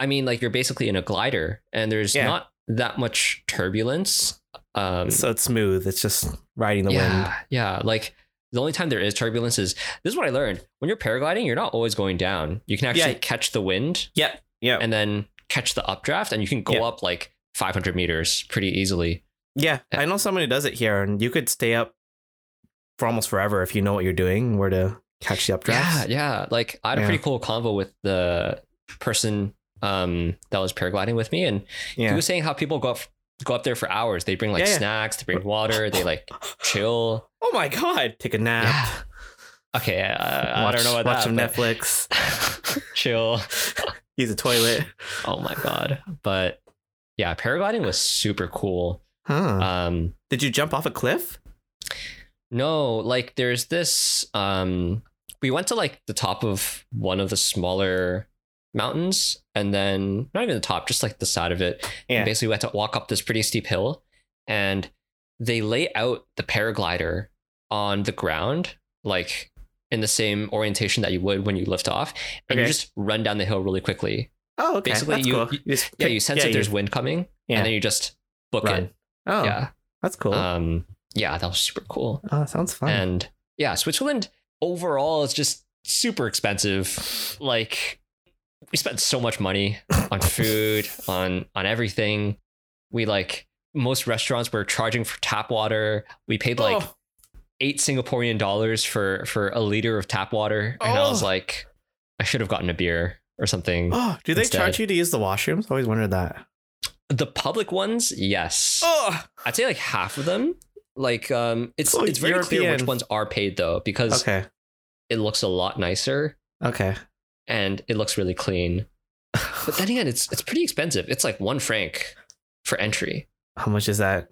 Speaker 1: i mean like you're basically in a glider and there's
Speaker 2: Yeah.
Speaker 1: not that much turbulence um
Speaker 2: so it's smooth. It's just riding the
Speaker 1: yeah
Speaker 2: wind.
Speaker 1: yeah like the only time there is turbulence is this is what i learned when you're paragliding you're not always going down you can actually
Speaker 2: Yeah.
Speaker 1: catch the wind
Speaker 2: Yeah.
Speaker 1: and then catch the updraft and you can go
Speaker 2: Oh. Yeah.
Speaker 1: up like 500 meters pretty easily
Speaker 2: yeah. I know someone who does it here, and you could stay up for almost forever if you know what you're doing, where to catch the updrafts.
Speaker 1: yeah yeah like i had a
Speaker 2: Yeah.
Speaker 1: pretty cool convo with the person um that was paragliding with me and he
Speaker 2: Yeah.
Speaker 1: was saying how people go up go up there for hours they bring like
Speaker 2: Yeah, yeah.
Speaker 1: snacks they bring water they like chill
Speaker 2: Oh my god. Take a nap.
Speaker 1: yeah okay uh, i don't know about
Speaker 2: watch
Speaker 1: that
Speaker 2: some
Speaker 1: but
Speaker 2: Netflix.
Speaker 1: chill
Speaker 2: Use a toilet.
Speaker 1: oh my god but yeah paragliding was super cool
Speaker 2: Huh.
Speaker 1: um
Speaker 2: Did you jump off a cliff?
Speaker 1: No, like there's this um we went to like the top of one of the smaller mountains and then not even the top, just like the side of it.
Speaker 2: Yeah.
Speaker 1: And basically we had to walk up this pretty steep hill and they lay out the paraglider on the ground, like in the same orientation that you would when you lift off, and you
Speaker 2: Okay.
Speaker 1: just run down the hill really quickly.
Speaker 2: Oh, okay.
Speaker 1: Basically,
Speaker 2: that's
Speaker 1: you-
Speaker 2: cool.
Speaker 1: you-
Speaker 2: just
Speaker 1: Yeah,
Speaker 2: pick-
Speaker 1: you sense
Speaker 2: yeah,
Speaker 1: that there's wind coming,
Speaker 2: Yeah.
Speaker 1: and then you just book
Speaker 2: Run.
Speaker 1: it.
Speaker 2: Oh,
Speaker 1: Yeah.
Speaker 2: that's cool.
Speaker 1: Um yeah, that was super cool.
Speaker 2: oh, that sounds fun.
Speaker 1: And yeah, Switzerland overall is just super expensive. Like we spent so much money on food, on on everything. We like most restaurants were charging for tap water. We paid like
Speaker 2: Oh.
Speaker 1: eight Singaporean dollars for for a liter of tap water, and I was
Speaker 2: Oh.
Speaker 1: like, I should have gotten a beer or something.
Speaker 2: Oh, do they
Speaker 1: instead.
Speaker 2: charge you to use the washrooms? Always wondered that.
Speaker 1: The public ones, yes,
Speaker 2: Oh,
Speaker 1: I'd say like half of them. Like um, it's
Speaker 2: Oh,
Speaker 1: it's very clear which
Speaker 2: European.
Speaker 1: ones are paid though, because
Speaker 2: okay,
Speaker 1: it looks a lot nicer.
Speaker 2: okay.
Speaker 1: and it looks really clean. But then again, it's it's pretty expensive. It's like one franc for entry.
Speaker 2: How much is that?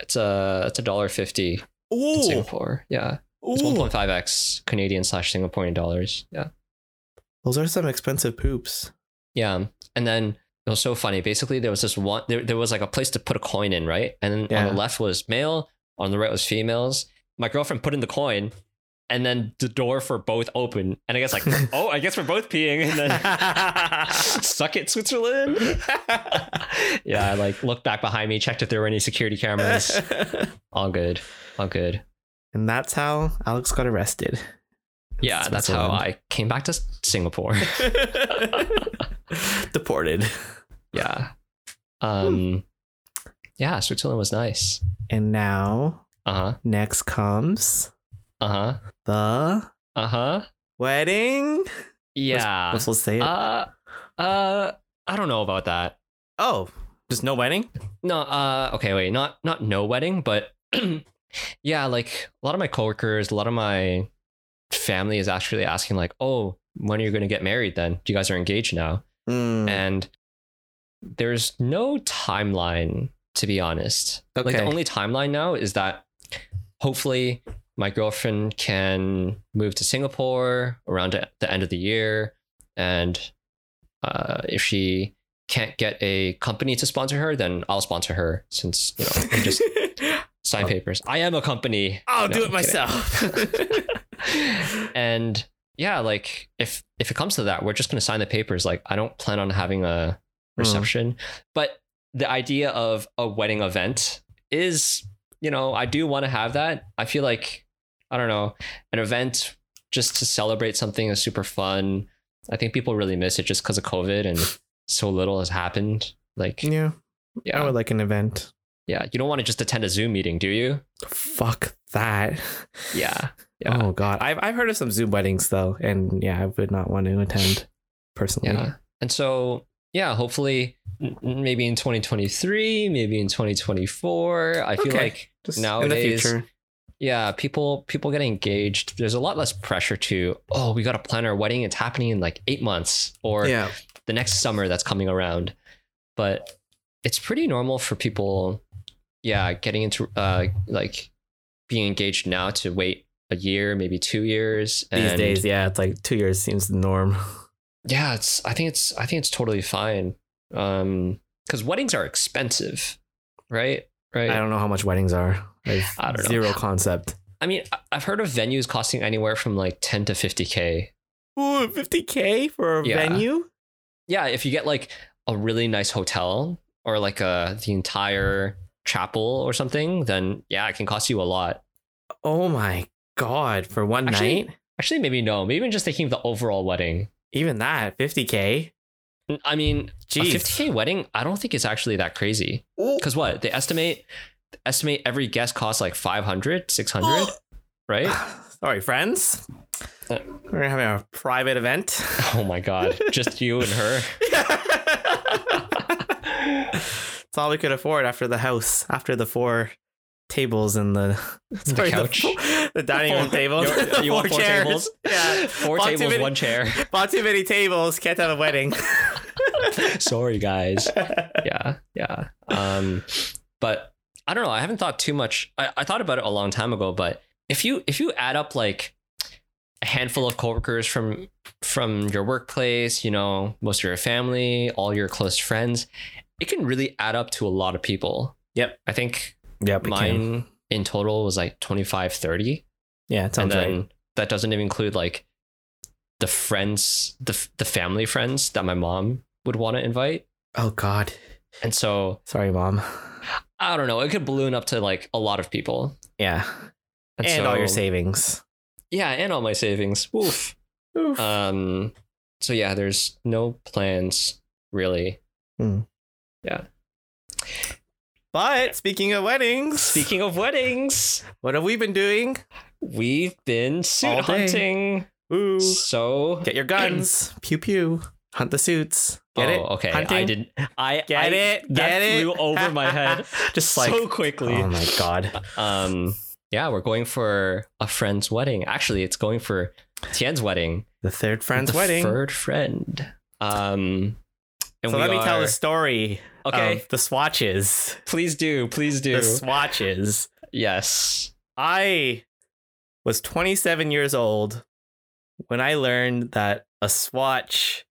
Speaker 1: It's a it's a dollar fifty in
Speaker 2: Ooh,
Speaker 1: Singapore. Yeah, it's one
Speaker 2: ooh.
Speaker 1: point five x Canadian slash Singaporean dollars. Yeah,
Speaker 2: Those are some expensive poops.
Speaker 1: yeah. And then it was so funny. Basically, there was this one. There, there was like a place to put a coin in, right? And then on
Speaker 2: Yeah.
Speaker 1: the left was male, on the right was females. My girlfriend put in the coin, and then the door for both opened. And I guess like, oh, I guess we're both peeing. And then suck it, Switzerland. yeah, I like looked back behind me, checked if there were any security cameras. All good. All good.
Speaker 2: and that's how Alex got arrested.
Speaker 1: Yeah, that's how I came back to S- Singapore.
Speaker 2: Switzerland. deported.
Speaker 1: yeah. Um Yeah, Switzerland was nice.
Speaker 2: And now
Speaker 1: Uh-huh.
Speaker 2: next comes
Speaker 1: Uh-huh.
Speaker 2: the
Speaker 1: Uh-huh.
Speaker 2: wedding.
Speaker 1: Yeah.
Speaker 2: We're supposed to say it.
Speaker 1: Uh uh I don't know about that.
Speaker 2: oh, just no wedding.
Speaker 1: No, uh okay, wait, not not no wedding, but yeah, like a lot of my coworkers, a lot of my family is actually asking like, "Oh, when are you going to get married then? You guys are engaged now."
Speaker 2: Mm,
Speaker 1: and there's no timeline to be honest like the
Speaker 2: Okay.
Speaker 1: only timeline now is that hopefully my girlfriend can move to singapore around the end of the year and uh, if she can't get a company to sponsor her then i'll sponsor her since you know we just sign papers i am a company
Speaker 2: I'll
Speaker 1: No,
Speaker 2: do
Speaker 1: I'm
Speaker 2: it
Speaker 1: kidding.
Speaker 2: myself.
Speaker 1: and yeah like if if it comes to that we're just going to sign the papers like i don't plan on having a
Speaker 2: Hmm.
Speaker 1: reception but the idea of a wedding event is you know i do want to have that i feel like i don't know an event just to celebrate something is super fun i think people really miss it just because of covid and so little has happened like
Speaker 2: Hmm. yeah, I
Speaker 1: yeah
Speaker 2: would like an event.
Speaker 1: Yeah, you don't want to just attend a Zoom meeting, do you?
Speaker 2: Fuck that.
Speaker 1: Yeah.
Speaker 2: Oh god. I've I've heard of some Zoom weddings though, and yeah, I would not want to attend personally.
Speaker 1: Yeah. And so, yeah, hopefully n- n- maybe in 2023, maybe in 2024, I feel
Speaker 2: Okay.
Speaker 1: like
Speaker 2: Just
Speaker 1: Nowadays- yeah, people people get engaged. There's a lot less pressure to, oh, we got to plan our wedding. It's happening in like 8 months or
Speaker 2: yeah.
Speaker 1: the next summer that's coming around. But it's pretty normal for people yeah, getting into uh like being engaged now to wait a year, maybe 2 years
Speaker 2: These
Speaker 1: and
Speaker 2: days, yeah, it's like two years seems the norm.
Speaker 1: yeah it's i think it's i think it's totally fine um because weddings are expensive right right
Speaker 2: I don't know how much weddings are. I have
Speaker 1: I don't know.
Speaker 2: zero concept.
Speaker 1: I mean I- i've heard of venues costing anywhere from like 10 to 50k
Speaker 2: Ooh, 50k for a
Speaker 1: Yeah.
Speaker 2: venue?
Speaker 1: yeah if you get like a really nice hotel or like a the entire chapel or something then yeah it can cost you a lot
Speaker 2: Oh my god, for one
Speaker 1: Actually-
Speaker 2: night?
Speaker 1: actually maybe no maybe I'm just thinking of the overall wedding
Speaker 2: Even that, 50k?
Speaker 1: i mean
Speaker 2: Jeez.
Speaker 1: a 50k wedding i don't think it's actually that crazy
Speaker 2: Ooh.
Speaker 1: because what they estimate estimate every guest costs like 500 600
Speaker 2: Oh.
Speaker 1: right
Speaker 2: All right, friends.
Speaker 1: Uh,
Speaker 2: We're having a private event.
Speaker 1: Oh my god, just you and her.
Speaker 2: it's all we could afford after the house, after the four tables and the, sorry,
Speaker 1: couch.
Speaker 2: the, four- the dining room table.
Speaker 1: You, you want four
Speaker 2: chairs.
Speaker 1: tables?
Speaker 2: Yeah,
Speaker 1: Four
Speaker 2: Bought too
Speaker 1: tables,
Speaker 2: many-
Speaker 1: one chair.
Speaker 2: Bought too many tables. Can't have a wedding.
Speaker 1: Sorry guys. Yeah, yeah. Um but I don't know, I haven't thought too much. I, I thought about it a long time ago, but if you if you add up like a handful of coworkers from from your workplace, you know, most of your family, all your close friends, it can really add up to a lot of people.
Speaker 2: Yep.
Speaker 1: I think
Speaker 2: yep, we can.
Speaker 1: mine in total was like 25, 30.
Speaker 2: Yeah, it sounds
Speaker 1: and then
Speaker 2: right.
Speaker 1: that doesn't even include like the friends, the f- the family friends that my mom would want to invite.
Speaker 2: Oh God,
Speaker 1: And so
Speaker 2: sorry, mom.
Speaker 1: I don't know, it could balloon up to like a lot of people.
Speaker 2: Yeah, and,
Speaker 1: so-
Speaker 2: all your savings.
Speaker 1: yeah, and all my savings. Woof.
Speaker 2: Oof.
Speaker 1: Um. So yeah, there's no plans really.
Speaker 2: but speaking of weddings,
Speaker 1: Speaking of weddings,
Speaker 2: what have we been doing?
Speaker 1: we've been
Speaker 2: All
Speaker 1: suit
Speaker 2: day.
Speaker 1: hunting.
Speaker 2: Ooh,
Speaker 1: So
Speaker 2: get your guns. pew pew. Hunt the suits. Get
Speaker 1: oh,
Speaker 2: it?
Speaker 1: okay. I
Speaker 2: Hunting?
Speaker 1: didn't. I
Speaker 2: Get
Speaker 1: I-
Speaker 2: it?
Speaker 1: That
Speaker 2: Get it?
Speaker 1: flew over my head
Speaker 2: Just like
Speaker 1: so quickly.
Speaker 2: Oh my god.
Speaker 1: um yeah we're going for a friend's wedding actually it's going for tian's wedding
Speaker 2: The third friend's
Speaker 1: the
Speaker 2: wedding.
Speaker 1: third friend um and
Speaker 2: so
Speaker 1: we
Speaker 2: let me tell
Speaker 1: are- um,
Speaker 2: a story
Speaker 1: okay
Speaker 2: of the swatches.
Speaker 1: please do please do
Speaker 2: The swatches.
Speaker 1: yes
Speaker 2: I was 27 years old when I learned that a swatch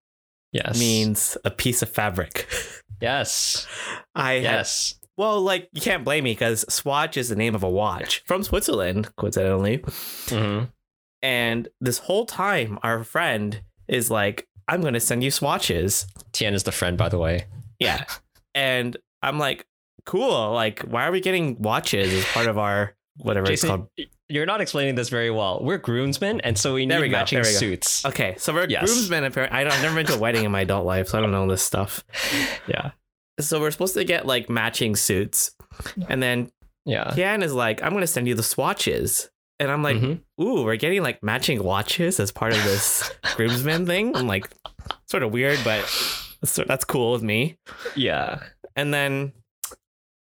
Speaker 1: yes
Speaker 2: means a piece of fabric.
Speaker 1: yes
Speaker 2: I had
Speaker 1: yes
Speaker 2: Well, like you can't blame me because Swatch is the name of a watch from Switzerland, coincidentally.
Speaker 1: Mhm.
Speaker 2: And this whole time, our friend is like, "I'm going to send you swatches."
Speaker 1: tian is the friend by the way
Speaker 2: Yeah, and I'm like, "Cool! Like, why are we getting watches as part of our whatever
Speaker 1: Jason,
Speaker 2: it's called?"
Speaker 1: you're not explaining this very well we're groomsmen and so we need
Speaker 2: There we go,
Speaker 1: matching
Speaker 2: there we go.
Speaker 1: suits
Speaker 2: Okay, so we're
Speaker 1: Yes.
Speaker 2: groomsmen. Apparently, I don't, I've never been to a wedding in my adult life, so I don't know this stuff.
Speaker 1: yeah
Speaker 2: So we're supposed to get like matching suits, and then
Speaker 1: yeah
Speaker 2: Tian is like, "I'm going to send you the swatches," and I'm like.
Speaker 1: Mhm.
Speaker 2: ooh, we're getting like matching watches as part of this groomsmen thing. I'm like, sort of weird, but so- that's cool with me.
Speaker 1: yeah
Speaker 2: And then,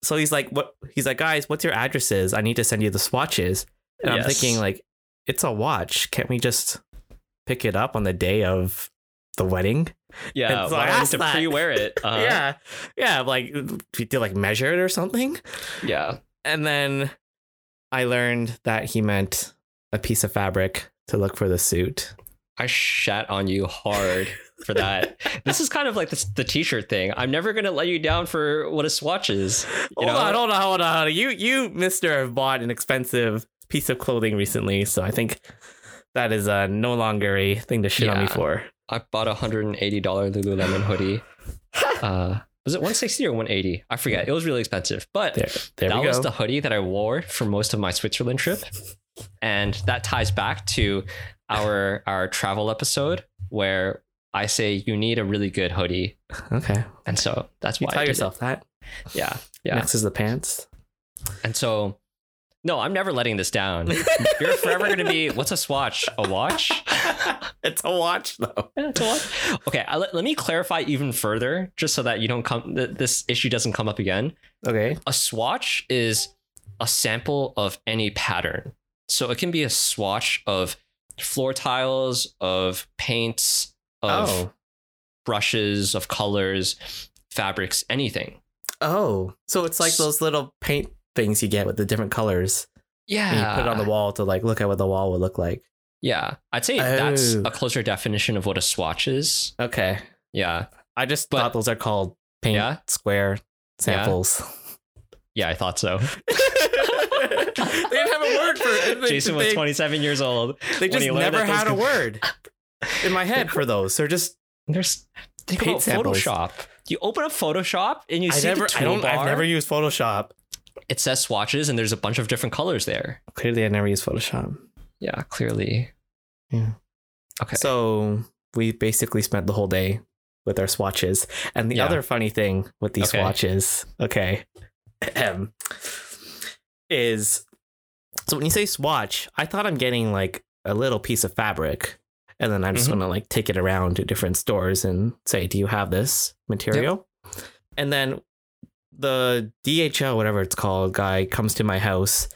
Speaker 2: so he's like, what? He's like, guys, what's your addresses? I need to send you the swatches. And I'm
Speaker 1: Yes.
Speaker 2: thinking, like, it's a watch. Can't we just pick it up on the day of the wedding?
Speaker 1: yeah
Speaker 2: And so I
Speaker 1: why don't we
Speaker 2: asked
Speaker 1: to
Speaker 2: that.
Speaker 1: pre-wear it uh,
Speaker 2: Yeah, yeah. Like, we did like measure it or something.
Speaker 1: yeah
Speaker 2: And then I learned that he meant a piece of fabric to look for the suit.
Speaker 1: I shat on you hard for that. this is kind of like the, the t-shirt thing. I'm never gonna let you down for what a swatch is. You
Speaker 2: hold
Speaker 1: know?
Speaker 2: on, hold on, hold on. You, you, Mister, have bought an expensive piece of clothing recently, so I think that is uh, no longer a thing to shit on me
Speaker 1: Yeah.
Speaker 2: for.
Speaker 1: I bought a hundred and eighty dollar Lululemon hoodie. Uh, was it one sixty or one eighty? I forget. It was really expensive, but
Speaker 2: There, there
Speaker 1: that
Speaker 2: we
Speaker 1: was
Speaker 2: go.
Speaker 1: the hoodie that I wore for most of my Switzerland trip, and that ties back to our our travel episode where I say you need a really good hoodie,
Speaker 2: okay,
Speaker 1: and so that's
Speaker 2: you
Speaker 1: why I
Speaker 2: tell
Speaker 1: did it.
Speaker 2: yourself that.
Speaker 1: Yeah. Yeah.
Speaker 2: Next is the pants.
Speaker 1: And so, no, I'm never letting this down. You're forever going to be what's a swatch? A watch?
Speaker 2: it's a watch though.
Speaker 1: Yeah, it's a watch. Okay, I, let, let me clarify even further, just so that you don't come th- this issue doesn't come up again.
Speaker 2: Okay.
Speaker 1: A swatch is a sample of any pattern. So it can be a swatch of floor tiles, of paints, of
Speaker 2: Oh.
Speaker 1: brushes, of colors, fabrics, anything.
Speaker 2: Oh. So it's like those little paint things you get with the different colors. And you
Speaker 1: Yeah.
Speaker 2: put it on the wall to like look at what the wall would look like.
Speaker 1: Yeah. I'd say that's
Speaker 2: Oh.
Speaker 1: a closer definition of what a swatch is.
Speaker 2: Okay.
Speaker 1: Yeah.
Speaker 2: I just
Speaker 1: But-
Speaker 2: thought those are called paint
Speaker 1: Yeah?
Speaker 2: square samples.
Speaker 1: Yeah, I thought so.
Speaker 2: they didn't have a word for it. They-
Speaker 1: Jason was
Speaker 2: they-
Speaker 1: 27 years old.
Speaker 2: They
Speaker 1: when
Speaker 2: just
Speaker 1: he learned
Speaker 2: never
Speaker 1: that those
Speaker 2: had a
Speaker 1: could-
Speaker 2: word in my head for those. They're just
Speaker 1: There's think
Speaker 2: Paint
Speaker 1: about
Speaker 2: samples.
Speaker 1: Photoshop. You open up Photoshop and you
Speaker 2: I
Speaker 1: see
Speaker 2: never
Speaker 1: the
Speaker 2: I don't I've
Speaker 1: toolbar.
Speaker 2: never used Photoshop.
Speaker 1: It says swatches and there's a bunch of different colors there.
Speaker 2: Clearly I never used Photoshop.
Speaker 1: Yeah, clearly. Okay.
Speaker 2: So we basically spent the whole day with our swatches. And the
Speaker 1: Yeah.
Speaker 2: other funny thing with these
Speaker 1: Okay.
Speaker 2: swatches, okay, ahem, is so when you say swatch, I thought I'm getting like a little piece of fabric. And then I'm just
Speaker 1: Mhm.
Speaker 2: going to like take it around to different stores and say, do you have this material? And then the DHL, whatever it's called, guy comes to my house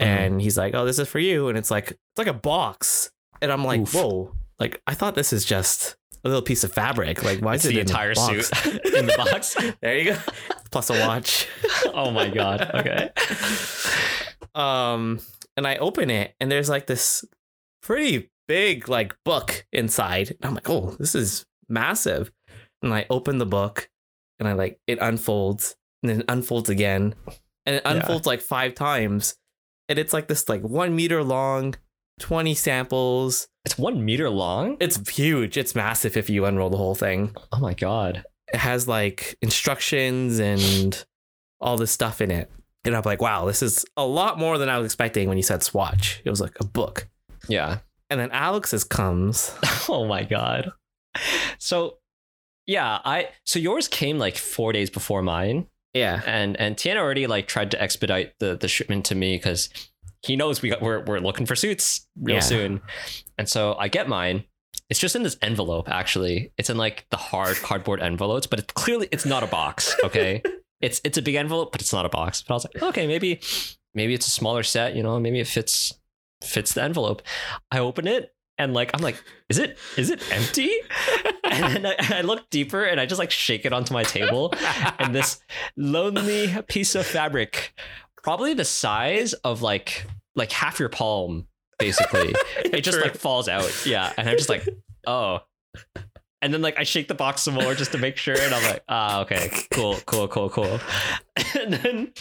Speaker 1: Mm-hmm.
Speaker 2: and he's like, oh, this is for you. And it's like, it's like a box. And I'm like,
Speaker 1: Oof.
Speaker 2: whoa, like I thought this is just a little piece of fabric. Like, why
Speaker 1: It's
Speaker 2: is it
Speaker 1: the
Speaker 2: in
Speaker 1: entire
Speaker 2: the box?
Speaker 1: suit in the box.
Speaker 2: There you go. Plus a watch.
Speaker 1: oh my god. Okay.
Speaker 2: Um, and I open it, and there's like this pretty big like book inside. And I'm like, oh, this is massive. And I open the book, and I like it unfolds, and then it unfolds again, and it
Speaker 1: Yeah.
Speaker 2: unfolds like five times, and it's like this like one meter long, twenty samples.
Speaker 1: It's one meter long.
Speaker 2: It's huge. It's massive if you unroll the whole thing.
Speaker 1: Oh my god.
Speaker 2: it has like instructions and all this stuff in it. And I'm like, wow, this is a lot more than I was expecting when you said swatch. It was like a book.
Speaker 1: Yeah.
Speaker 2: And then Alex's comes.
Speaker 1: Oh my god. So yeah, I so yours came like four days before mine.
Speaker 2: Yeah.
Speaker 1: and and Tian already like tried to expedite the the shipment to me because he knows we got we're we're looking for suits real
Speaker 2: Yeah.
Speaker 1: soon, and so I get mine. It's just in this envelope actually. It's in like the hard cardboard envelopes, but it's clearly it's not a box. Okay, it's it's a big envelope, but it's not a box. But I was like, okay, maybe maybe it's a smaller set. You know, maybe it fits fits the envelope. I open it and like I'm like, is it is it empty? and then I, I look deeper and I just like shake it onto my table and this lonely piece of fabric, probably the size of like like half your palm, basically. it just
Speaker 2: True.
Speaker 1: like falls out. Yeah. And I'm just like, oh. And then like I shake the box some more just to make sure, and I'm like, ah, okay, cool, cool, cool, cool. And then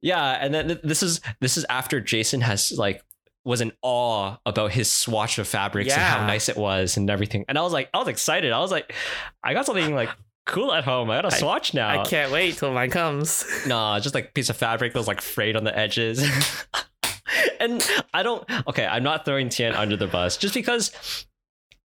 Speaker 1: yeah, and then th- this is this is after Jason has like was in awe about his swatch of fabrics and how
Speaker 2: Yeah.
Speaker 1: nice it was and everything. And I was like, I was excited. I was like, I got something like cool at home. I got a
Speaker 2: I-
Speaker 1: swatch now.
Speaker 2: I can't wait till mine comes.
Speaker 1: Nah, just like piece of fabric that was like frayed on the edges. and I don't okay, I'm not throwing Tian under the bus just because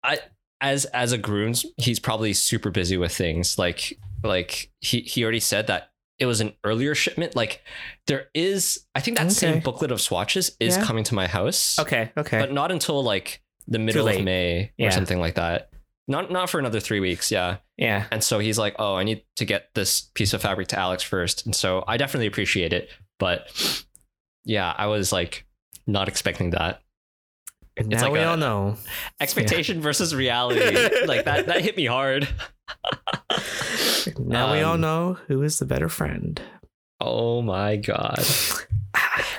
Speaker 1: I as as a groom's he's probably super busy with things. Like like he he already said that it was an earlier shipment. Like there is I think that same
Speaker 2: Okay.
Speaker 1: booklet of swatches is
Speaker 2: Yeah.
Speaker 1: coming to my house.
Speaker 2: Okay. Okay.
Speaker 1: But not until like the middle of
Speaker 2: late.
Speaker 1: May
Speaker 2: Yeah.
Speaker 1: or something like that. Not not for another three weeks, yeah.
Speaker 2: yeah.
Speaker 1: And so he's like, "Oh, I need to get this piece of fabric to Alex first. And so I definitely appreciate it, but yeah, I was like not expecting that.
Speaker 2: And
Speaker 1: it's
Speaker 2: now
Speaker 1: like
Speaker 2: we
Speaker 1: a-
Speaker 2: all know.
Speaker 1: Expectation versus reality, like that that hit me hard.
Speaker 2: Now we all
Speaker 1: Um,
Speaker 2: know who is the better friend.
Speaker 1: Oh my god.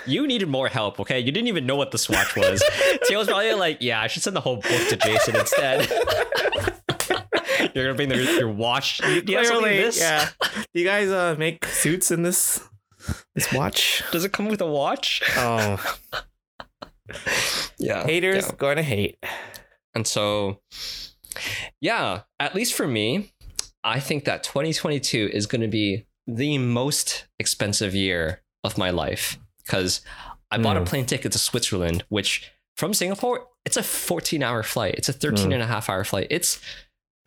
Speaker 1: You needed more help, okay? You didn't even know what the swatch was. Taylor's probably like, yeah, I should send the whole book to Jason instead. You're gonna bring the, your watch. Do you have something in this?
Speaker 2: yeah. Do you guys uh, make suits in this this watch?
Speaker 1: Does it come with a watch?
Speaker 2: Oh,
Speaker 1: Yeah.
Speaker 2: haters going to hate.
Speaker 1: And so, yeah, at least for me, I think that 2022 is going to be the most expensive year of my life because I bought a
Speaker 2: Hmm.
Speaker 1: plane ticket to Switzerland, which from Singapore, it's a 14 hour flight. It's a 13
Speaker 2: Hmm.
Speaker 1: and a half hour flight. It's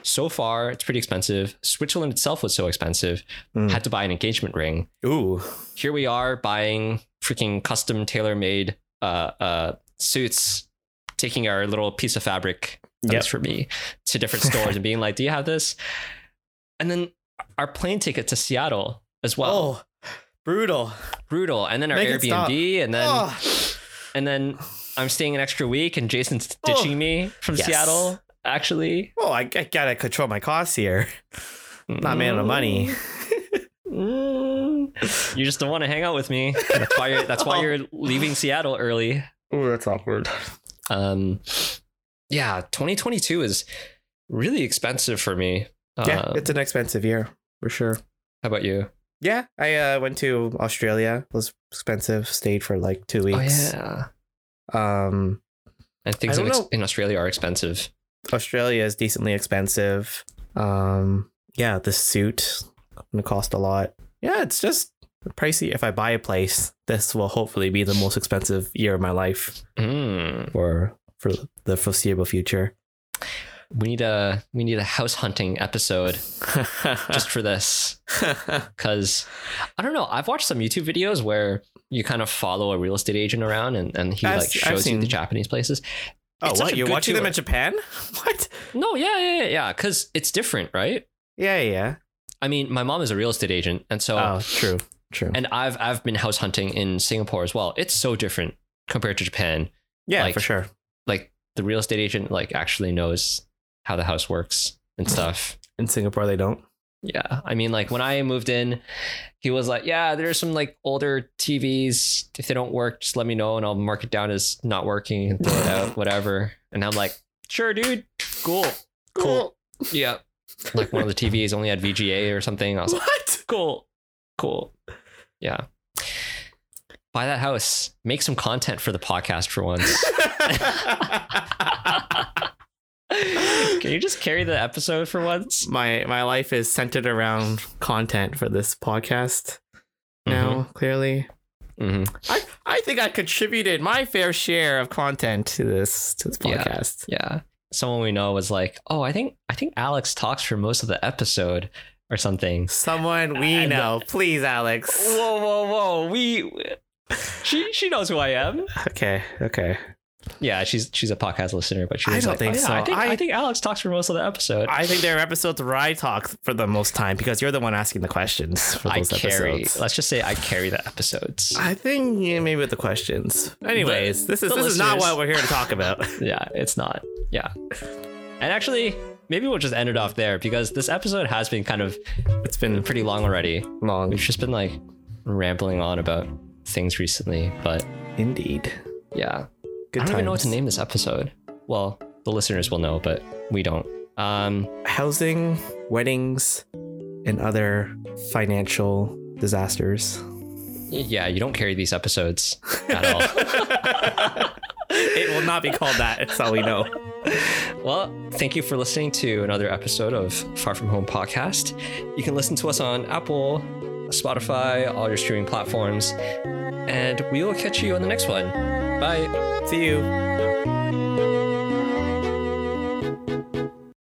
Speaker 1: so far it's pretty expensive. Switzerland itself was so expensive,
Speaker 2: Mm.
Speaker 1: had to buy an engagement ring.
Speaker 2: Ooh.
Speaker 1: Here we are buying freaking custom tailor made uh, uh, suits, taking our little piece of fabric that
Speaker 2: Yep.
Speaker 1: was for me to different stores and being like, "Do you have this?" And then our plane ticket to Seattle as well,
Speaker 2: oh, brutal.
Speaker 1: brutal. And then our
Speaker 2: Make it stop.
Speaker 1: Airbnb, and then
Speaker 2: Oh.
Speaker 1: and then I'm staying an extra week, and Jason's
Speaker 2: Oh.
Speaker 1: ditching me from
Speaker 2: Yes.
Speaker 1: Seattle. Actually,
Speaker 2: Well, I, I gotta control my costs here. Not man of money.
Speaker 1: Mm. You just don't want to hang out with me. That's why you're, that's
Speaker 2: Oh.
Speaker 1: why you're leaving Seattle early.
Speaker 2: Ooh, that's awkward.
Speaker 1: Um, yeah, 2022 is really expensive for me.
Speaker 2: Yeah,
Speaker 1: Uh,
Speaker 2: it's an expensive year for sure.
Speaker 1: how about you?
Speaker 2: Yeah, I uh, went to Australia. It was expensive. Stayed for like two weeks.
Speaker 1: Oh yeah,
Speaker 2: Um,
Speaker 1: and things
Speaker 2: I
Speaker 1: in,
Speaker 2: don't
Speaker 1: ex-
Speaker 2: know.
Speaker 1: in Australia are expensive.
Speaker 2: Australia is decently expensive. Um, yeah, the suit gonna cost a lot. Yeah, it's just pricey. If I buy a place, this will hopefully be the most expensive year of my life
Speaker 1: Mm.
Speaker 2: for for the foreseeable future.
Speaker 1: We need a we need a house hunting episode just for this.
Speaker 2: Oh,
Speaker 1: because I don't know. I've watched some YouTube videos where you kind of follow a real estate agent around and, and he
Speaker 2: I've-
Speaker 1: like
Speaker 2: I've
Speaker 1: shows you the
Speaker 2: seen-
Speaker 1: Japanese places.
Speaker 2: oh,
Speaker 1: It's such
Speaker 2: what
Speaker 1: a
Speaker 2: you're
Speaker 1: good
Speaker 2: watching them
Speaker 1: tour.
Speaker 2: in Japan? What?
Speaker 1: No, yeah, yeah, yeah, yeah. Because it's different, right?
Speaker 2: Yeah, yeah.
Speaker 1: I mean, my mom is a real estate agent, and so
Speaker 2: Oh, true, true.
Speaker 1: and I've I've been house hunting in Singapore as well. It's so different compared to Japan.
Speaker 2: yeah,
Speaker 1: like-
Speaker 2: for sure.
Speaker 1: Like the real estate agent like actually knows how the house works and stuff.
Speaker 2: In Singapore, they don't.
Speaker 1: Yeah. I mean, like when I moved in, he was like, Yeah, there's some like older TVs. If they don't work, just let me know and I'll mark it down as not working and throw it out, whatever. And I'm like, Sure, dude. Cool. Cool. Yeah. Like one of the TVs only had VGA or something. I was like,
Speaker 2: What?
Speaker 1: Cool. Cool. Yeah. Buy that house. Make some content for the podcast for once. Can you just carry the episode for once?
Speaker 2: my my life is centered around content for this podcast now.
Speaker 1: Mm-hmm.
Speaker 2: Clearly,
Speaker 1: Mhm.
Speaker 2: I I think I contributed my fair share of content to this to this
Speaker 1: Yeah.
Speaker 2: podcast.
Speaker 1: Yeah. Someone we know was like, "Oh, I think I think Alex talks for most of the episode or something."
Speaker 2: Someone we
Speaker 1: And-
Speaker 2: know, please, Alex.
Speaker 1: whoa, whoa! We she she knows who I am.
Speaker 2: Okay, okay.
Speaker 1: Yeah, she's she's a podcast listener, but she
Speaker 2: I
Speaker 1: was
Speaker 2: don't
Speaker 1: like,
Speaker 2: think
Speaker 1: "Oh, yeah,
Speaker 2: so.
Speaker 1: I think I,
Speaker 2: I-
Speaker 1: think Alex talks for most of the episode.
Speaker 2: I think there are episodes where I talk for the most time because you're the one asking the questions for
Speaker 1: I
Speaker 2: those
Speaker 1: carry.
Speaker 2: episodes.
Speaker 1: Let's just say I carry the episodes.
Speaker 2: I think yeah, maybe with the questions. Anyways, this is
Speaker 1: the
Speaker 2: this is not
Speaker 1: listeners-
Speaker 2: what we're here to talk about.
Speaker 1: yeah, it's not. Yeah, and actually, maybe we'll just end it off there because this episode has been kind of
Speaker 2: it's been
Speaker 1: pretty long already.
Speaker 2: long,
Speaker 1: We've just been like rambling on about things recently, but
Speaker 2: indeed.
Speaker 1: yeah.
Speaker 2: Good
Speaker 1: I don't even know what to
Speaker 2: times.
Speaker 1: name this episode. Well, the listeners will know, but we don't. Um,
Speaker 2: housing, weddings, and other financial disasters.
Speaker 1: yeah, you don't carry these episodes at all.
Speaker 2: It will not be called that. That's all we know.
Speaker 1: well, thank you for listening to another episode of Far From Home podcast. You can listen to us on Apple, Spotify, all your streaming platforms, and we will catch you on the next one. Bye.
Speaker 2: See you.